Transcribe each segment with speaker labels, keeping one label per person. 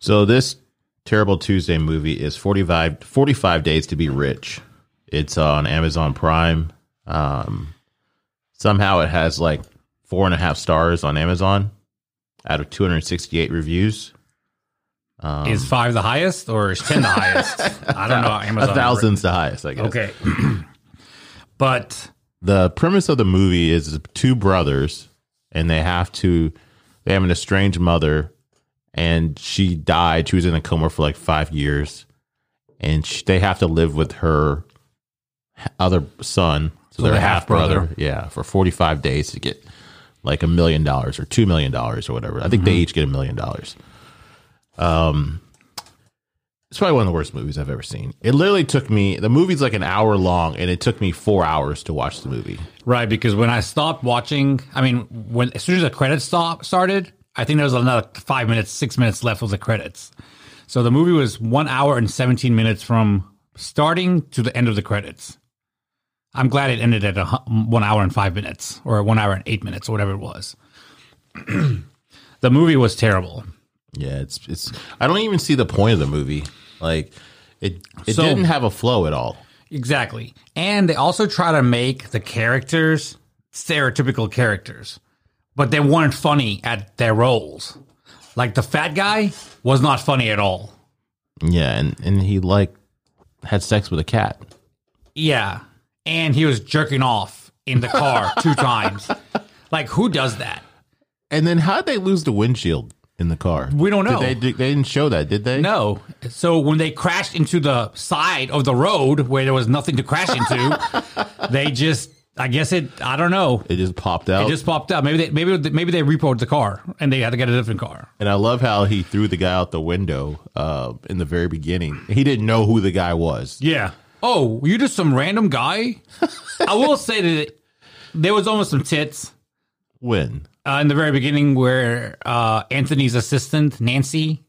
Speaker 1: So this terrible Tuesday movie is 45, 45 days to be rich. It's on Amazon Prime. Um, somehow it has like four and a half stars on Amazon out of 268 reviews. Um,
Speaker 2: is five the highest or is ten the highest? I don't know. Amazon
Speaker 1: a thousand's the highest, I guess.
Speaker 2: Okay, but
Speaker 1: the premise of the movie is two brothers and they have to they have an estranged mother and she died she was in a coma for like five years and she, they have to live with her other son so,
Speaker 2: So
Speaker 1: their
Speaker 2: the
Speaker 1: half brother
Speaker 2: half-brother.
Speaker 1: yeah for 45 days to get like a million dollars or two million dollars or whatever i think
Speaker 2: Mm-hmm.
Speaker 1: they each get a million dollars um it's probably one of the worst movies i've ever seen it literally took me the movie's like an hour long and it took me four hours to watch the movie
Speaker 2: right because when I stopped watching, I mean, when as soon as the credits stop started, I think there was another five minutes, six minutes left was the credits. So the movie was one hour and seventeen minutes from starting to the end of the credits. I'm glad it ended at a, hu- one hour and five minutes or one hour and eight minutes or whatever it was. the movie was terrible.
Speaker 1: Yeah, it's it's. I don't even see the point of the movie. Like it, it
Speaker 2: So-
Speaker 1: didn't have a flow at all.
Speaker 2: Exactly. And they also try to make the characters stereotypical characters, but they weren't funny at their roles. Like the fat guy was not funny at all.
Speaker 1: Yeah, and and he like had sex with a cat.
Speaker 2: Yeah. And he was jerking off in the car two times. Like, who does that?
Speaker 1: And then how'd they lose the windshield in the car?
Speaker 2: We don't
Speaker 1: Did
Speaker 2: know.
Speaker 1: they did- they didn't show that, did they?
Speaker 2: No. So when they crashed into the side of the road where there was nothing to crash into, they just, I guess it, I don't know.
Speaker 1: It just popped out.
Speaker 2: It just popped up. Maybe they, maybe, maybe they repoed the car and they had to get a different car.
Speaker 1: and I love how he threw the guy out the window uh, in the very beginning. He didn't know who the guy was.
Speaker 2: Yeah. Oh, you just some random guy? I will say that it, there was almost some tits
Speaker 1: When
Speaker 2: uh, in the very beginning where uh, Anthony's assistant, Nancy,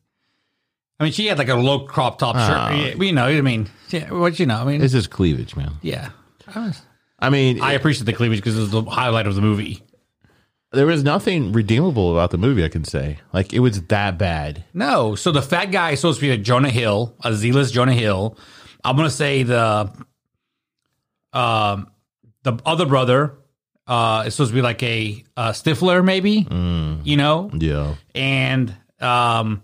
Speaker 2: I mean, she had like a low crop top shirt. Yeah, you know, I mean, yeah, what you know, I mean,
Speaker 1: it's just cleavage, man.
Speaker 2: yeah.
Speaker 1: I mean,
Speaker 2: I
Speaker 1: it-
Speaker 2: appreciate the cleavage because it was the highlight of the movie.
Speaker 1: there was nothing redeemable about the movie. I can say, like, it was that bad.
Speaker 2: No, so the fat guy is supposed to be a Jonah Hill, a zealous Jonah Hill. I'm gonna say the, um, the other brother, uh, is supposed to be like a, uh Stifler, maybe. You know,
Speaker 1: Yeah,
Speaker 2: and um,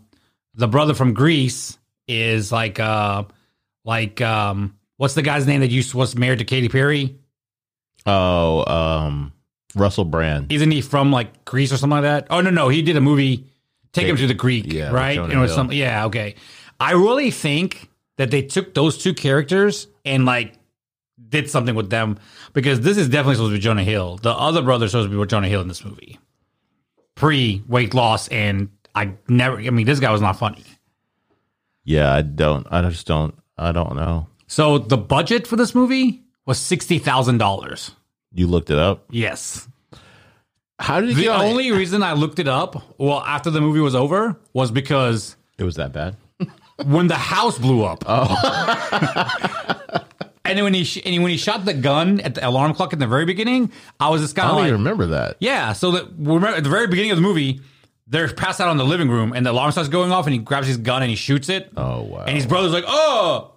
Speaker 2: the brother from Greece is like uh, like um, what's the guy's name that used was married to Katy Perry?
Speaker 1: Oh, um, Russell Brand.
Speaker 2: Isn't he from like Greece or something like that? Oh no, no, he did a movie, Take Him to the Greek,
Speaker 1: Yeah, with
Speaker 2: right?
Speaker 1: Jonah
Speaker 2: And it was
Speaker 1: Hill.
Speaker 2: something. Yeah, okay. I really think that they took those two characters and like did something with them because this is definitely supposed to be Jonah Hill. The other brother's supposed to be with Jonah Hill in this movie, pre weight loss, and I never. I mean, this guy was not funny.
Speaker 1: Yeah, I don't. I just don't. I don't know.
Speaker 2: So the budget for this movie was sixty thousand dollars.
Speaker 1: You looked it up.
Speaker 2: Yes.
Speaker 1: How did you
Speaker 2: The
Speaker 1: get on it?
Speaker 2: only reason I looked it up, well, after the movie was over, was because
Speaker 1: It was that bad.
Speaker 2: when the house blew up. Oh. and then when he sh- and when he shot the gun at the alarm clock in the very beginning, I was just
Speaker 1: I
Speaker 2: kind of
Speaker 1: don't
Speaker 2: like,
Speaker 1: even remember that.
Speaker 2: yeah. So that remember at the very beginning of the movie, they're passed out on the living room, and the alarm starts going off, and he grabs his gun and he shoots it,
Speaker 1: Oh wow.
Speaker 2: and his brother's like, oh,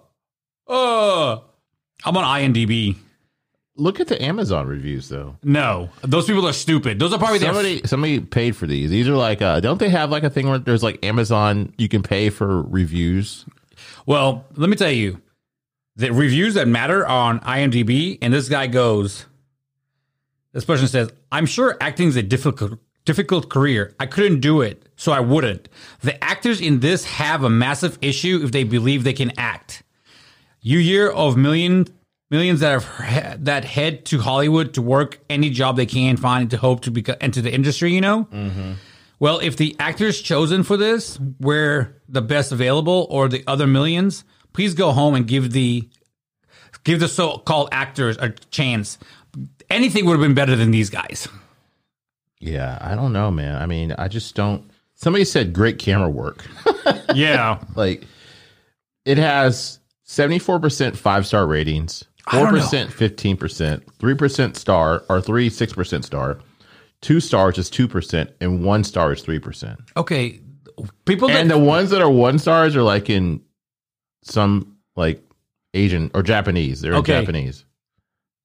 Speaker 2: oh. I'm on IMDb.
Speaker 1: Look at the Amazon reviews though.
Speaker 2: No, those people are stupid. Those are probably their
Speaker 1: Somebody somebody paid for these. These are like uh don't they have like a thing where there's like Amazon you can pay for reviews?
Speaker 2: Well, let me tell you, the reviews that matter are on IMDb, and this guy goes, this person says, I'm sure acting is a difficult difficult career. I couldn't do it, so I wouldn't. The actors in this have a massive issue if they believe they can act. You year of million millions that have that head to Hollywood to work any job they can find to hope to become enter the industry, you know? Well, if the actors chosen for this were the best available or the other millions, please go home and give the give the so-called actors a chance. Anything would have been better than these guys.
Speaker 1: Yeah, I don't know, man. I mean, I just don't somebody said great camera work.
Speaker 2: Yeah.
Speaker 1: like it has 74% five star ratings,
Speaker 2: I don't know.
Speaker 1: 4% 15%, 3% star or 3 6% star. 2 stars is 2% and 1 star is 3%.
Speaker 2: Okay, people that
Speaker 1: and the ones that are one stars are like in some like Asian or Japanese. They're
Speaker 2: Okay.
Speaker 1: in Japanese.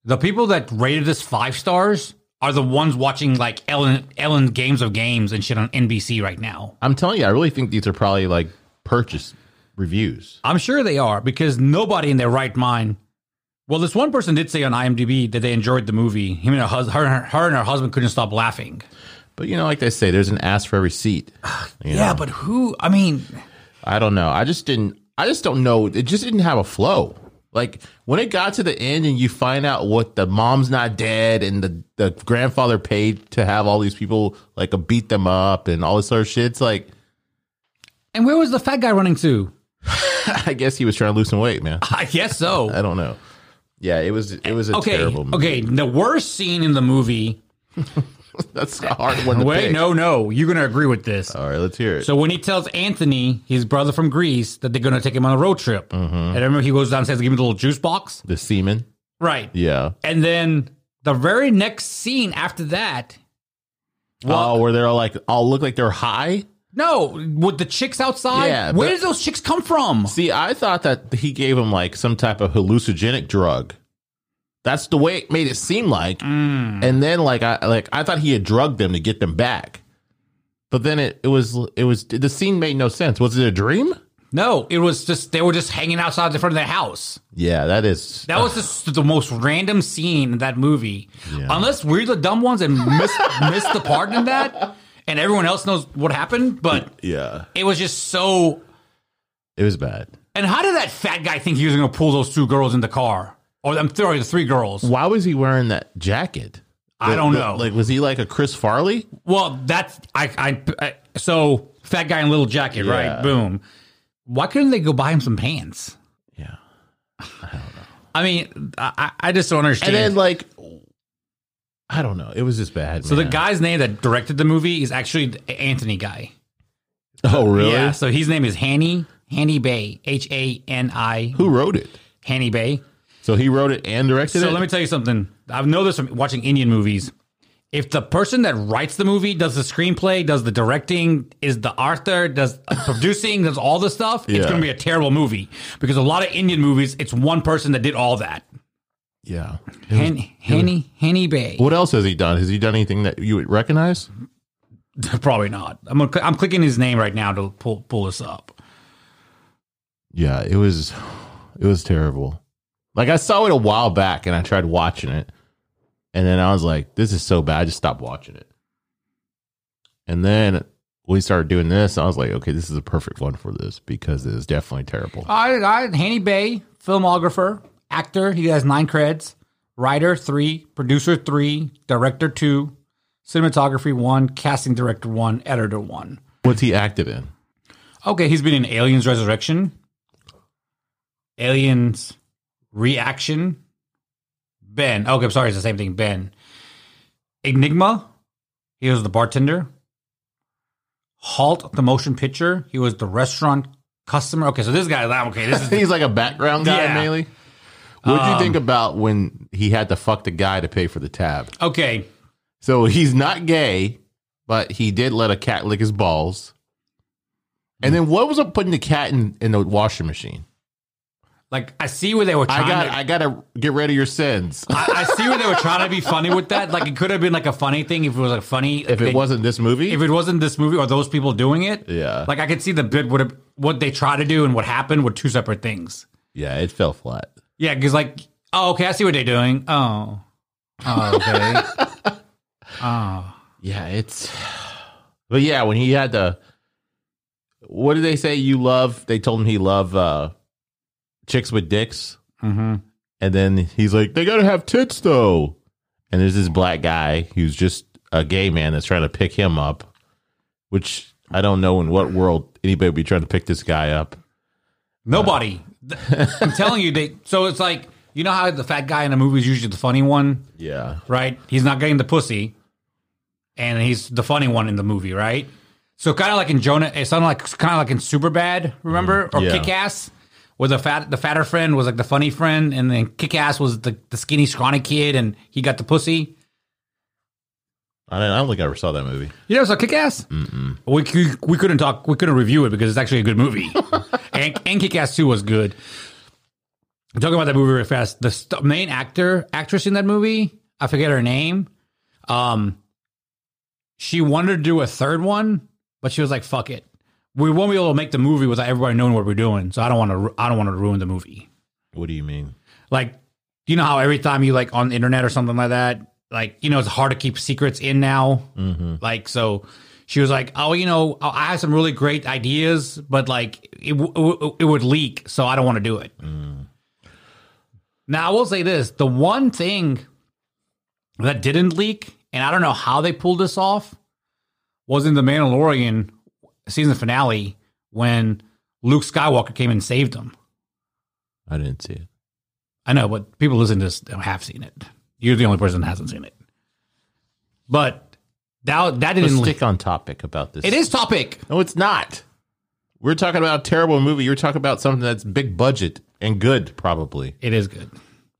Speaker 2: The people that rated this five stars are the ones watching like Ellen Ellen Games of Games and shit on NBC right now.
Speaker 1: I'm telling you, I really think these are probably like purchase reviews.
Speaker 2: I'm sure they are because nobody in their right mind. Well, this one person did say on IMDb that they enjoyed the movie. Him and her, hus- her, her and her husband couldn't stop laughing.
Speaker 1: But you know, like they say, there's an ass for every seat. You
Speaker 2: Yeah,
Speaker 1: know?
Speaker 2: but who? I mean,
Speaker 1: I don't know. I just didn't. I just don't know. It just didn't have a flow. Like when it got to the end and you find out what the mom's not dead and the, the grandfather paid to have all these people like uh, beat them up and all this other shit. It's like
Speaker 2: and where was the fat guy running to?
Speaker 1: I guess he was trying to lose some weight, man.
Speaker 2: I guess so.
Speaker 1: I don't know. Yeah, it was it was a
Speaker 2: okay,
Speaker 1: terrible movie.
Speaker 2: okay. The worst scene in the movie.
Speaker 1: That's a hard one to
Speaker 2: Wait,
Speaker 1: pick.
Speaker 2: no, no. You're gonna agree with this.
Speaker 1: All right, let's hear it.
Speaker 2: So when he tells Anthony, his brother from Greece, that they're going to take him on a road trip,
Speaker 1: Mm-hmm.
Speaker 2: and I remember he goes down and says, "Give me the little juice box,"
Speaker 1: the semen.
Speaker 2: right?
Speaker 1: Yeah.
Speaker 2: And then the very next scene after that,
Speaker 1: oh, where they're all like all look like they're high.
Speaker 2: no, with the chicks outside,
Speaker 1: Yeah,
Speaker 2: where
Speaker 1: but-
Speaker 2: did those chicks come from?
Speaker 1: See, I thought that he gave him like some type of hallucinogenic drug. That's the way it made it seem like.
Speaker 2: Mm.
Speaker 1: And then like I like I thought he had drugged them to get them back. But then it, it was it was the scene made no sense. Was it a dream?
Speaker 2: No, it was just they were just hanging outside the front of their house.
Speaker 1: Yeah, that is
Speaker 2: That was just the most random scene in that movie. Unless we're the dumb ones and miss missed the part in that, and everyone else knows what happened, but
Speaker 1: yeah.
Speaker 2: it was just so
Speaker 1: It was bad.
Speaker 2: And how did that fat guy think he was going to pull those two girls in the car? Or I'm sorry, the three girls.
Speaker 1: Why was he wearing that jacket?
Speaker 2: I don't know.
Speaker 1: Like was he like a Chris Farley?
Speaker 2: Well, that's I, I, I so fat guy in little jacket,
Speaker 1: Yeah.
Speaker 2: right? Boom. Why couldn't they go buy him some pants?
Speaker 1: Yeah.
Speaker 2: I mean, I, I I just don't
Speaker 1: And
Speaker 2: understand.
Speaker 1: then like I don't know. It was just bad.
Speaker 2: so the guy's name that directed the movie is actually the Anthony guy.
Speaker 1: Oh really?
Speaker 2: Yeah. So his name is Hanny Hanny Bay. H A N I
Speaker 1: Who wrote it?
Speaker 2: Hanny Bay.
Speaker 1: So he wrote it and directed
Speaker 2: So
Speaker 1: it.
Speaker 2: let me tell you something. I've noticed from watching Indian movies. If the person that writes the movie does the screenplay, does the directing, is the author, does producing, does all the stuff, it's
Speaker 1: Yeah.
Speaker 2: going to be a terrible movie because a lot of Indian movies, it's one person that did all that.
Speaker 1: yeah.
Speaker 2: Hen, Henny Henny Bay.
Speaker 1: What else has he done? Has he done anything that you would recognize?
Speaker 2: Probably not. I'm gonna, cl- I'm clicking his name right now to pull pull this up.
Speaker 1: Yeah, it was it was terrible. Like I saw it a while back and I tried watching it. And then I was like, this is so bad. I just stopped watching it. And then we started doing this. I was like, okay, this is a perfect one for this because it is definitely terrible.
Speaker 2: I I Hanny Bay, filmographer, actor. He has nine creds. Writer three, producer three, director two, cinematography one, casting director one, editor one.
Speaker 1: What's he active in?
Speaker 2: Okay, he's been in Aliens Resurrection, Aliens Reaction, Ben. Okay, I'm sorry, it's the same thing. Ben. Enigma, he was the bartender. Halt, the motion picture, he was the restaurant customer. Okay, so this guy, okay, this is
Speaker 1: He's like a background guy
Speaker 2: Yeah.
Speaker 1: mainly. What would you think about when he had to fuck the guy to pay for the tab?
Speaker 2: okay.
Speaker 1: So he's not gay, but he did let a cat lick his balls. And then what was up putting the cat in, in the washing machine?
Speaker 2: Like I see where they were trying.
Speaker 1: I got
Speaker 2: to,
Speaker 1: I gotta get rid of your sins.
Speaker 2: I, I see where they were trying to be funny with that. Like it could have been like a funny thing if it was like funny.
Speaker 1: If it wasn't this movie,
Speaker 2: if it wasn't this movie or those people doing it.
Speaker 1: Yeah.
Speaker 2: Like I could see the bit would have what they tried to do and what happened were two separate things.
Speaker 1: yeah, it fell flat.
Speaker 2: Yeah, because like oh okay I see what they're doing. Oh, oh okay. oh
Speaker 1: Yeah, it's. But yeah, when he had to, what did they say? You love? They told him he loved uh, chicks with dicks,
Speaker 2: mm-hmm.
Speaker 1: and then he's like, they gotta have tits though. And there's this black guy who's just a gay man that's trying to pick him up, which I don't know in what world anybody would be trying to pick this guy up.
Speaker 2: nobody. Th- I'm telling you they. So it's like you know how the fat guy in a movie is usually the funny one,
Speaker 1: Yeah,
Speaker 2: right? He's not getting the pussy, and he's the funny one in the movie, right? So kind of like in Jonah, it sounded like kind of like in Superbad, remember, or
Speaker 1: Yeah.
Speaker 2: Kick Ass, where the fat the fatter friend was like the funny friend, and then Kick Ass was the, the skinny scrawny kid, and he got the pussy.
Speaker 1: I don't, I don't think I ever saw that movie.
Speaker 2: You know, so Kick Ass. We, we we couldn't talk. We couldn't review it because it's actually a good movie, and, and Kick Ass Two was good. Talking about that movie real fast. The st- main actor actress in that movie, I forget her name. Um, she wanted to do a third one, but she was like, "Fuck it, we won't be able to make the movie without everybody knowing what we're doing." So I don't want to. I don't want to ruin the movie.
Speaker 1: What do you mean?
Speaker 2: Like, you know how every time you like on the internet or something like that, like you know it's hard to keep secrets in now.
Speaker 1: Mm-hmm.
Speaker 2: Like, so she was like, "Oh, you know, I I have some really great ideas, but like it w- w- it would leak, so I don't want to do it." Now, I will say this: the one thing that didn't leak, and I don't know how they pulled this off, was in the Mandalorian season finale when Luke Skywalker came and saved him.
Speaker 1: I didn't see it.
Speaker 2: I know, but people listening to this have seen it. You're the only person that hasn't seen it. But that that
Speaker 1: Let's
Speaker 2: didn't leak.
Speaker 1: stick on topic about this.
Speaker 2: It is topic.
Speaker 1: No, it's not. We're talking about a terrible movie. You're talking about something that's big budget and good, probably.
Speaker 2: It is good.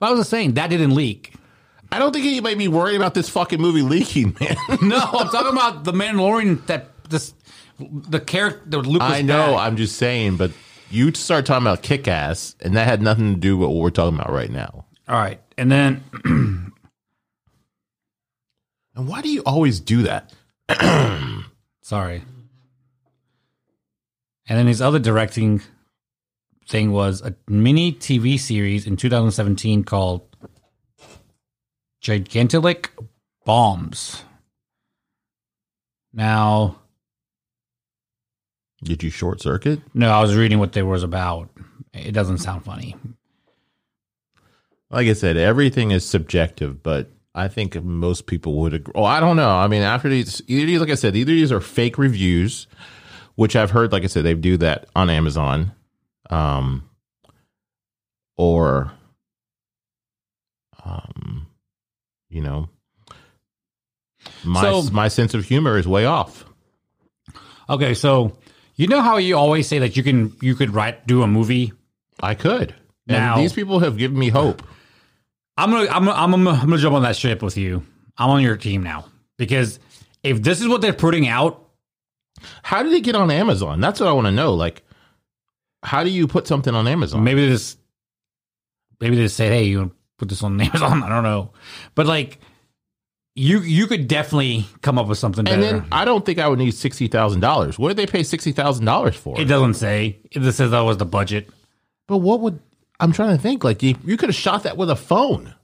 Speaker 2: But I was just saying that didn't leak.
Speaker 1: I don't think anybody be worried about this fucking movie leaking, man.
Speaker 2: No, I'm talking about the Mandalorian that this the character the Luke. was
Speaker 1: I know.
Speaker 2: back.
Speaker 1: I'm just saying, but you start talking about kick ass, and that had nothing to do with what we're talking about right now.
Speaker 2: All right, and then
Speaker 1: And why do you always do that?
Speaker 2: sorry, and then his other directing thing was a mini TV series in 2017 called Gigantilic Bombs. Now,
Speaker 1: Did you short circuit?
Speaker 2: no, I was reading what they was about. It doesn't sound funny.
Speaker 1: Like I said, everything is subjective, but I think most people would agree. Oh, I don't know. I mean, after these, either these, like I said, either these are fake reviews, which I've heard, like I said, they do that on Amazon, um, or, um, you know, my
Speaker 2: So-
Speaker 1: my sense of humor is way off.
Speaker 2: Okay, so you know how you always say that you can you could write do a movie.
Speaker 1: I could.
Speaker 2: Now-
Speaker 1: and these people have given me hope.
Speaker 2: I'm gonna I'm gonna, I'm gonna, I'm gonna jump on that ship with you. I'm on your team now because if this is what they're putting out,
Speaker 1: How did it get on Amazon? That's what I want to know. Like, how do you put something on Amazon?
Speaker 2: maybe they just maybe they just said, hey, you wanna put this on Amazon. I don't know, but like you you could definitely come up with something
Speaker 1: And
Speaker 2: better.
Speaker 1: then I don't think I would need sixty thousand dollars. What did they pay sixty thousand dollars for?
Speaker 2: it doesn't say. It just says that was the budget.
Speaker 1: but what would I'm trying to think? Like you, you could have shot that with a phone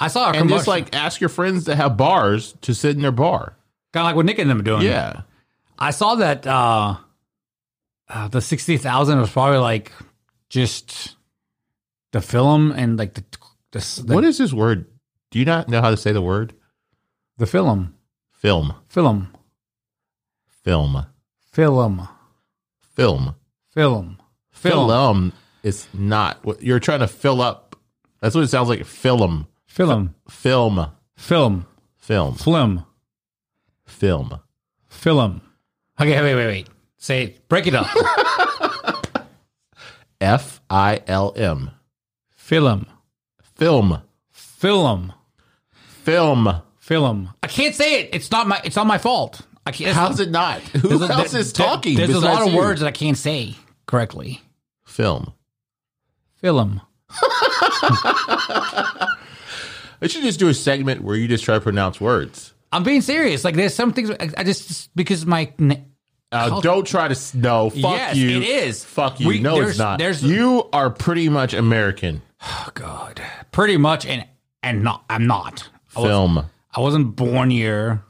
Speaker 2: I saw a
Speaker 1: and just
Speaker 2: commercial, like
Speaker 1: like ask your friends that have bars to sit in their bar.
Speaker 2: kind of like what Nick and them are doing.
Speaker 1: Yeah,
Speaker 2: I saw that uh, uh the sixty thousand was probably like just the film and like the the the,
Speaker 1: what is this word? Do you not know how to say the word?
Speaker 2: the film
Speaker 1: Film,
Speaker 2: film
Speaker 1: film,
Speaker 2: film
Speaker 1: film,
Speaker 2: film film
Speaker 1: film. It's not what you're trying to fill up. That's what it sounds like. Film,
Speaker 2: film
Speaker 1: film,
Speaker 2: film
Speaker 1: film,
Speaker 2: film
Speaker 1: film.
Speaker 2: film. Okay, wait, wait, wait. Say it. break it up.
Speaker 1: F I L M,
Speaker 2: film
Speaker 1: film,
Speaker 2: film
Speaker 1: film.
Speaker 2: film. I can't say it. It's not my. It's not my fault. I can't.
Speaker 1: How's it not? Who
Speaker 2: there's a-
Speaker 1: else
Speaker 2: there-
Speaker 1: is talking?
Speaker 2: There's a lot
Speaker 1: besides
Speaker 2: of
Speaker 1: you?
Speaker 2: words that I can't say correctly.
Speaker 1: Film.
Speaker 2: Film.
Speaker 1: They should just do a segment where you just try to pronounce words.
Speaker 2: I'm being serious. Like there's some things I I just because my ne-
Speaker 1: Uh, don't try to. s- No, fuck
Speaker 2: Yes,
Speaker 1: you.
Speaker 2: it is.
Speaker 1: Fuck you.
Speaker 2: We-
Speaker 1: no,
Speaker 2: there's-
Speaker 1: it's not.
Speaker 2: there's-
Speaker 1: you are pretty much American.
Speaker 2: oh god, pretty much, and and not I'm not. I, was,
Speaker 1: Film.
Speaker 2: I wasn't born here.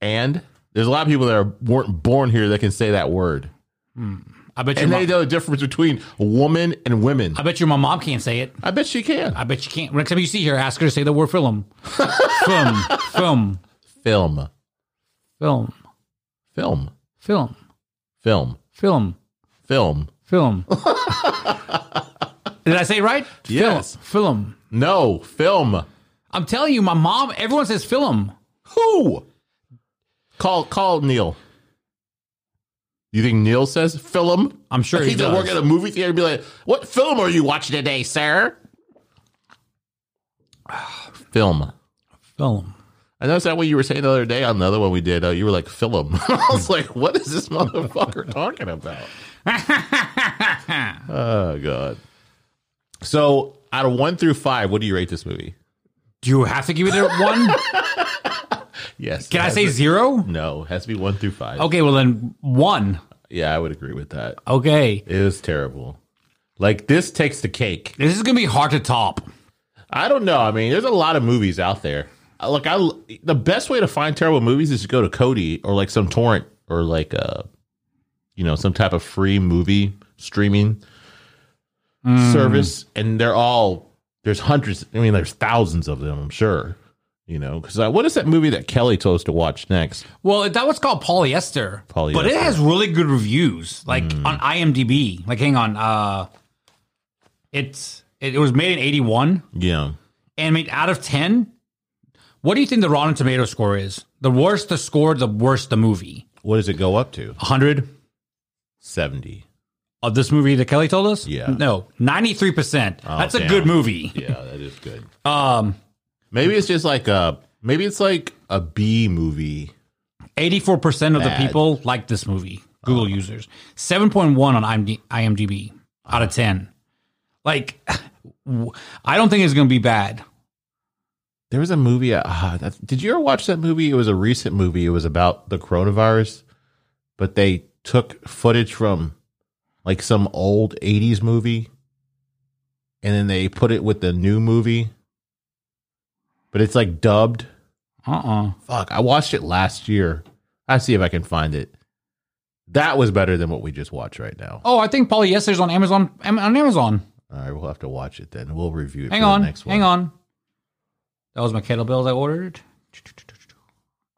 Speaker 1: and there's a lot of people that are, weren't born here that can say that word.
Speaker 2: I bet you.
Speaker 1: And
Speaker 2: My,
Speaker 1: they know the difference between woman and women.
Speaker 2: I bet you my mom can't say it.
Speaker 1: I bet she can.
Speaker 2: I bet you can't. Next time you see her, ask her to say the word film, film, film,
Speaker 1: Film. Film.
Speaker 2: film, film,
Speaker 1: Film.
Speaker 2: film,
Speaker 1: Film.
Speaker 2: film. Did I say it right?
Speaker 1: Yes.
Speaker 2: Film.
Speaker 1: No. Film.
Speaker 2: I'm telling you, my mom. Everyone says film.
Speaker 1: Who? Call call Neil. You think Neil says film?
Speaker 2: I'm sure he
Speaker 1: He's gonna
Speaker 2: does.
Speaker 1: work at a movie theater and be like, "What film are you watching today, sir?" film.
Speaker 2: Film.
Speaker 1: I noticed that what you were saying the other day on the other one we did. Uh, you were like, "Film." I was like, "What is this motherfucker talking about?" oh god. So, out of one through five, what do you rate this movie?
Speaker 2: Do you have to give it a one?
Speaker 1: Yes.
Speaker 2: Can
Speaker 1: it
Speaker 2: I
Speaker 1: has
Speaker 2: say
Speaker 1: to-
Speaker 2: zero?
Speaker 1: no? It has to be one through five.
Speaker 2: Okay, well then one.
Speaker 1: Yeah, I would agree with that.
Speaker 2: Okay.
Speaker 1: It was terrible. Like this takes the cake.
Speaker 2: This is gonna be hard to top.
Speaker 1: I don't know. I mean, there's a lot of movies out there. Uh, Like I, the best way to find terrible movies is to go to Cody or like some torrent or like uh, you know, some type of free movie streaming Hmm. service, and they're all there's hundreds. I mean, there's thousands of them. I'm sure. You know, because uh, what is that movie that Kelly told us to watch next?
Speaker 2: Well, that was called polyester. But it
Speaker 1: Polyester.
Speaker 2: has really good reviews, like on IMDb. Like, hang on. Uh, it's it, it was made in '81,
Speaker 1: Yeah,
Speaker 2: and I mean, out of ten, what do you think the Rotten Tomato score is? The worse the score, the worse the movie.
Speaker 1: what does it go up to?
Speaker 2: hundred
Speaker 1: Seventy.
Speaker 2: of this movie that Kelly told us.
Speaker 1: Yeah. Oh,
Speaker 2: no, ninety-three percent. That's a
Speaker 1: damn.
Speaker 2: good movie.
Speaker 1: Yeah, that is good.
Speaker 2: Um,
Speaker 1: Maybe it's just like a maybe it's like a B movie.
Speaker 2: eighty-four percent of the
Speaker 1: Bad. Oh.
Speaker 2: people like this movie. Google users seven point one on IMD- IMDb out of ten. Like, w- I don't think it's gonna be bad.
Speaker 1: There was a movie. Uh, that, did you ever watch that movie? It was a recent movie. It was about the coronavirus, but they took footage from like some old '80s movie, and then they put it with the new movie. But it's like dubbed.
Speaker 2: Uh uh
Speaker 1: Fuck! I watched it last year. I see if I can find it. That was better than what we just watched right now.
Speaker 2: Oh, I think polyester's on Amazon. Am- On Amazon.
Speaker 1: All right, we'll have to watch it then. We'll review it.
Speaker 2: Hang
Speaker 1: for
Speaker 2: on.
Speaker 1: the next one.
Speaker 2: Hang on. That was my kettlebells I ordered.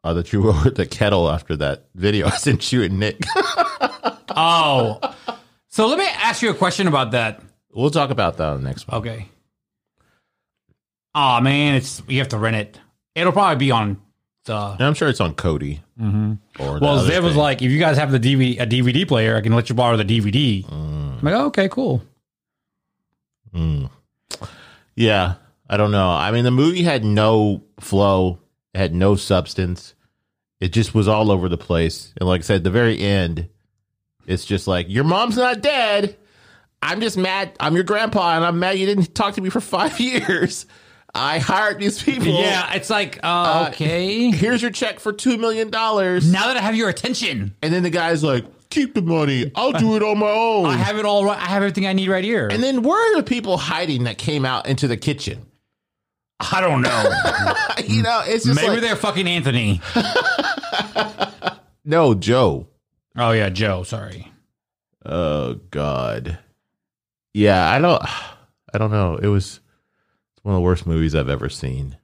Speaker 1: Uh, that you were the kettle after that video. I sent you and Nick.
Speaker 2: Oh, so let me ask you a question about that.
Speaker 1: we'll talk about that on the next one.
Speaker 2: Okay. Oh man, it's you have to rent it. It'll probably be on the.
Speaker 1: And I'm sure it's on Cody. Mm-hmm. Or the
Speaker 2: Well,
Speaker 1: other
Speaker 2: Zev was
Speaker 1: thing.
Speaker 2: like, if you guys have the DVD, a DVD player, I can let you borrow the DVD.
Speaker 1: Mm.
Speaker 2: I'm like, oh, okay, cool.
Speaker 1: yeah, I don't know. I mean, the movie had no flow, it had no substance. It just was all over the place. And like I said, at the very end, it's just like, your mom's not dead. I'm just mad. I'm your grandpa, and I'm mad you didn't talk to me for five years. I hired these people.
Speaker 2: yeah, it's like, uh, okay.
Speaker 1: Here's your check for $2 million.
Speaker 2: now that I have your attention,
Speaker 1: And then the guy's like, keep the money. I'll do it on my own.
Speaker 2: I have it all right. I have everything I need right here.
Speaker 1: and then where are the people hiding that came out into the kitchen?
Speaker 2: I don't know.
Speaker 1: you know, it's just
Speaker 2: Maybe
Speaker 1: like,
Speaker 2: they're fucking Anthony.
Speaker 1: no, Joe.
Speaker 2: Oh yeah, Joe. Sorry.
Speaker 1: Oh God. Yeah, I don't. I don't know. It was it's one of the worst movies I've ever seen.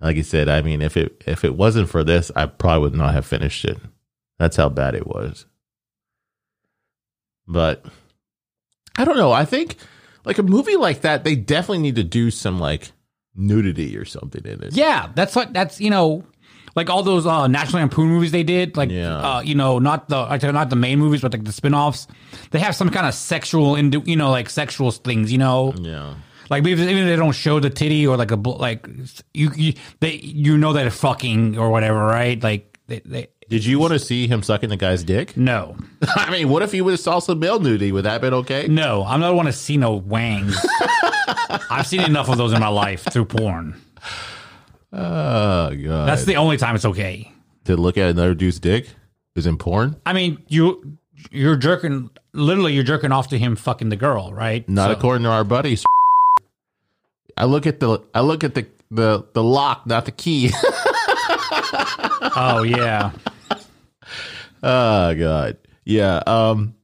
Speaker 1: Like you said, I mean, if it if it wasn't for this, I probably would not have finished it. That's how bad it was. But I don't know. I think like a movie like that, they definitely need to do some like nudity or something in it.
Speaker 2: Yeah, that's what that's you know, like all those uh, National Lampoon movies they did, like
Speaker 1: Yeah.
Speaker 2: uh, you know, not the like, not the main movies, but like the spin-offs. They have some kind of sexual into you know, like sexual things, you know,
Speaker 1: Yeah.
Speaker 2: like maybe even if they don't show the titty or like a bl- like you you they you know that it's fucking or whatever, right? Like they, they
Speaker 1: Did you want to see him sucking the guy's dick?
Speaker 2: no
Speaker 1: I mean, what if he would have saw some male nudity? Would that have been okay?
Speaker 2: no I'm not want to see no wangs. I've seen enough of those in my life through porn.
Speaker 1: Oh god.
Speaker 2: That's the only time it's okay.
Speaker 1: to look at another dude's dick is in porn.
Speaker 2: I mean, you you're jerking literally you're jerking off to him fucking the girl, right?
Speaker 1: Not
Speaker 2: So-
Speaker 1: according to our buddies. I look at the I look at the the the lock, not the key.
Speaker 2: Oh yeah.
Speaker 1: oh god. Yeah. Um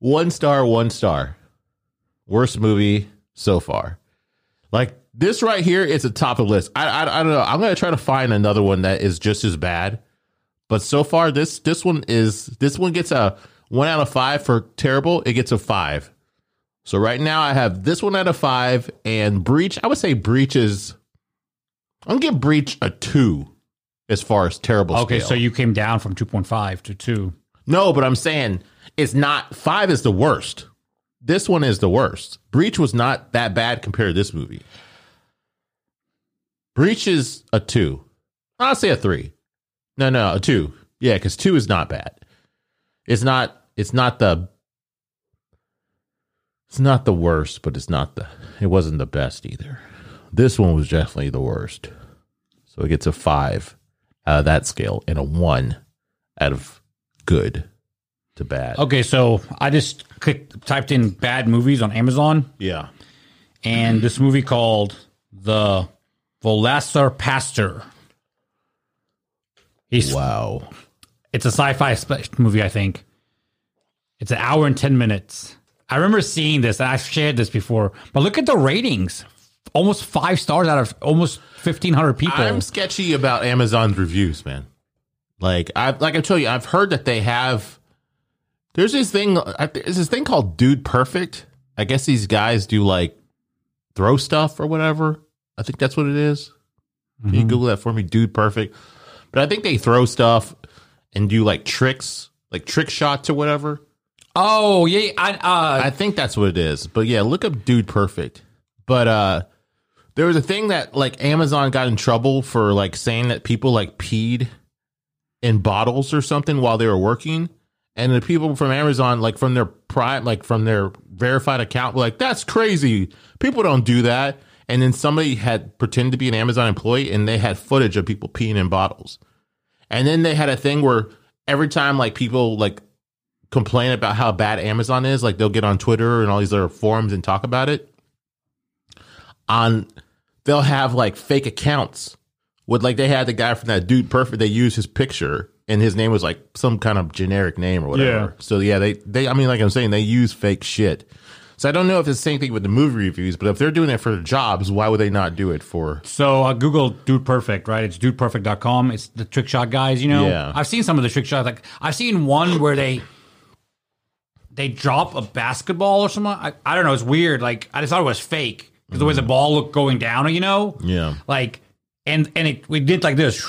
Speaker 1: one star, one star. Worst movie so far. Like this right here is the top of the list. I I, I don't know. I'm gonna try to find another one that is just as bad. But so far this this one is this one gets a one out of five for terrible. It gets a five. So right now I have this one out of five and breach. I would say breach is I'm gonna give breach a two as far as terrible.
Speaker 2: Okay,
Speaker 1: scale.
Speaker 2: so you came down from 2.5 to 2.
Speaker 1: No, but I'm saying it's not five is the worst. This one is the worst. Breach was not that bad compared to this movie. Breach is a two. I'll say a three. No, no, a two. Yeah, because two is not bad. It's not. It's not the. It's not the worst, but it's not the. It wasn't the best either. This one was definitely the worst. So it gets a five out of that scale and a one out of good to bad.
Speaker 2: Okay, so I just clicked, typed in bad movies on Amazon,
Speaker 1: Yeah.
Speaker 2: and
Speaker 1: Mm-hmm.
Speaker 2: this movie called The Volasar Pastor. He's,
Speaker 1: Wow.
Speaker 2: It's a sci fi movie, I think. It's an hour and 10 minutes. I remember seeing this, and I've shared this before, but look at the ratings almost five stars out of almost 1,500 people.
Speaker 1: I'm sketchy about Amazon's reviews, man. Like I like I tell you, I've heard that they have. There's this thing. I- There's this thing called Dude Perfect. I guess these guys do like throw stuff or whatever. I think that's what it is. Can you Google that for me, Dude Perfect? But I think they throw stuff and do like tricks, like trick shots or whatever.
Speaker 2: oh, yeah. I, uh,
Speaker 1: I think that's what it is. But yeah, look up Dude Perfect. But uh there was a thing that like Amazon got in trouble for like saying that people like peed in bottles or something while they were working. And the people from Amazon, like from their prime, like from their verified account, were like, that's crazy. People don't do that. And then somebody had pretended to be an Amazon employee and they had footage of people peeing in bottles. And then they had a thing where every time like people like complain about how bad Amazon is, like they'll get on Twitter and all these other forums and talk about it. On they'll have like fake accounts with like they had the guy from that dude perfect they used his picture and his name was like some kind of generic name or whatever. So yeah, they they I mean like I'm saying they use fake shit. So I don't know if it's the same thing with the movie reviews, but if they're doing it for their jobs, why would they not do it for
Speaker 2: So I googled Dude Perfect, right? It's dudeperfect.com. It's the trick shot guys, you know.
Speaker 1: Yeah.
Speaker 2: I've seen some of the trick shots. Like I've seen one where they they drop a basketball or something. I, I don't know. It's weird. Like I just thought it was fake because the way the ball looked going down, you know.
Speaker 1: Yeah.
Speaker 2: Like and and it we did like this,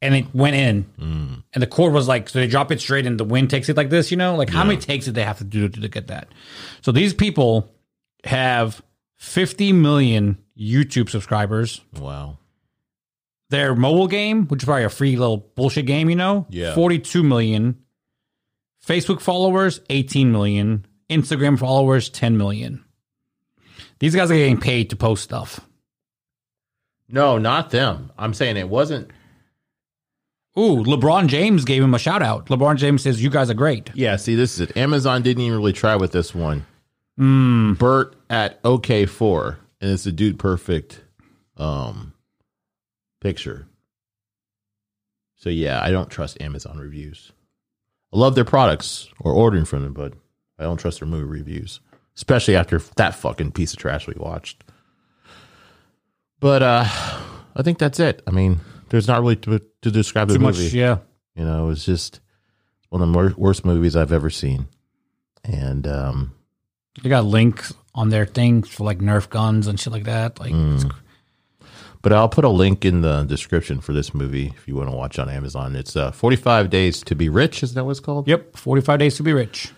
Speaker 2: and it went in, and the cord was like so they drop it straight, and the wind takes it like this, you know. Like how many takes did they have to do to get that? So these people have 50 million YouTube subscribers.
Speaker 1: Wow.
Speaker 2: Their mobile game, which is probably a free little bullshit game, you know?
Speaker 1: Yeah.
Speaker 2: 42 million. Facebook followers, 18 million. Instagram followers, 10 million. These guys are getting paid to post stuff.
Speaker 1: No, not them. I'm saying it wasn't
Speaker 2: Ooh, LeBron James gave him a shout out. LeBron James says, You guys are great.
Speaker 1: Yeah, see, this is it. Amazon didn't even really try with this one.
Speaker 2: Hmm.
Speaker 1: Bert at OK4, and it's a dude perfect um, picture. So, yeah, I don't trust Amazon reviews. I love their products or ordering from them, but I don't trust their movie reviews, especially after that fucking piece of trash we watched. But uh, I think that's it. I mean, there's not really to, to describe the
Speaker 2: Too much,
Speaker 1: movie.
Speaker 2: yeah.
Speaker 1: You know, it was just one of the wor- worst movies I've ever seen. And um,
Speaker 2: They got links on their things for like Nerf guns and shit like that. Like,
Speaker 1: Mm.
Speaker 2: it's cr-
Speaker 1: but I'll put a link in the description for this movie if you want to watch on Amazon. It's uh, 45 Days to Be Rich, is that what it's called?
Speaker 2: yep, 45 days to be rich.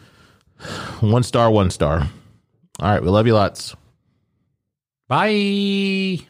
Speaker 1: One star, one star. All right, we love you lots.
Speaker 2: Bye.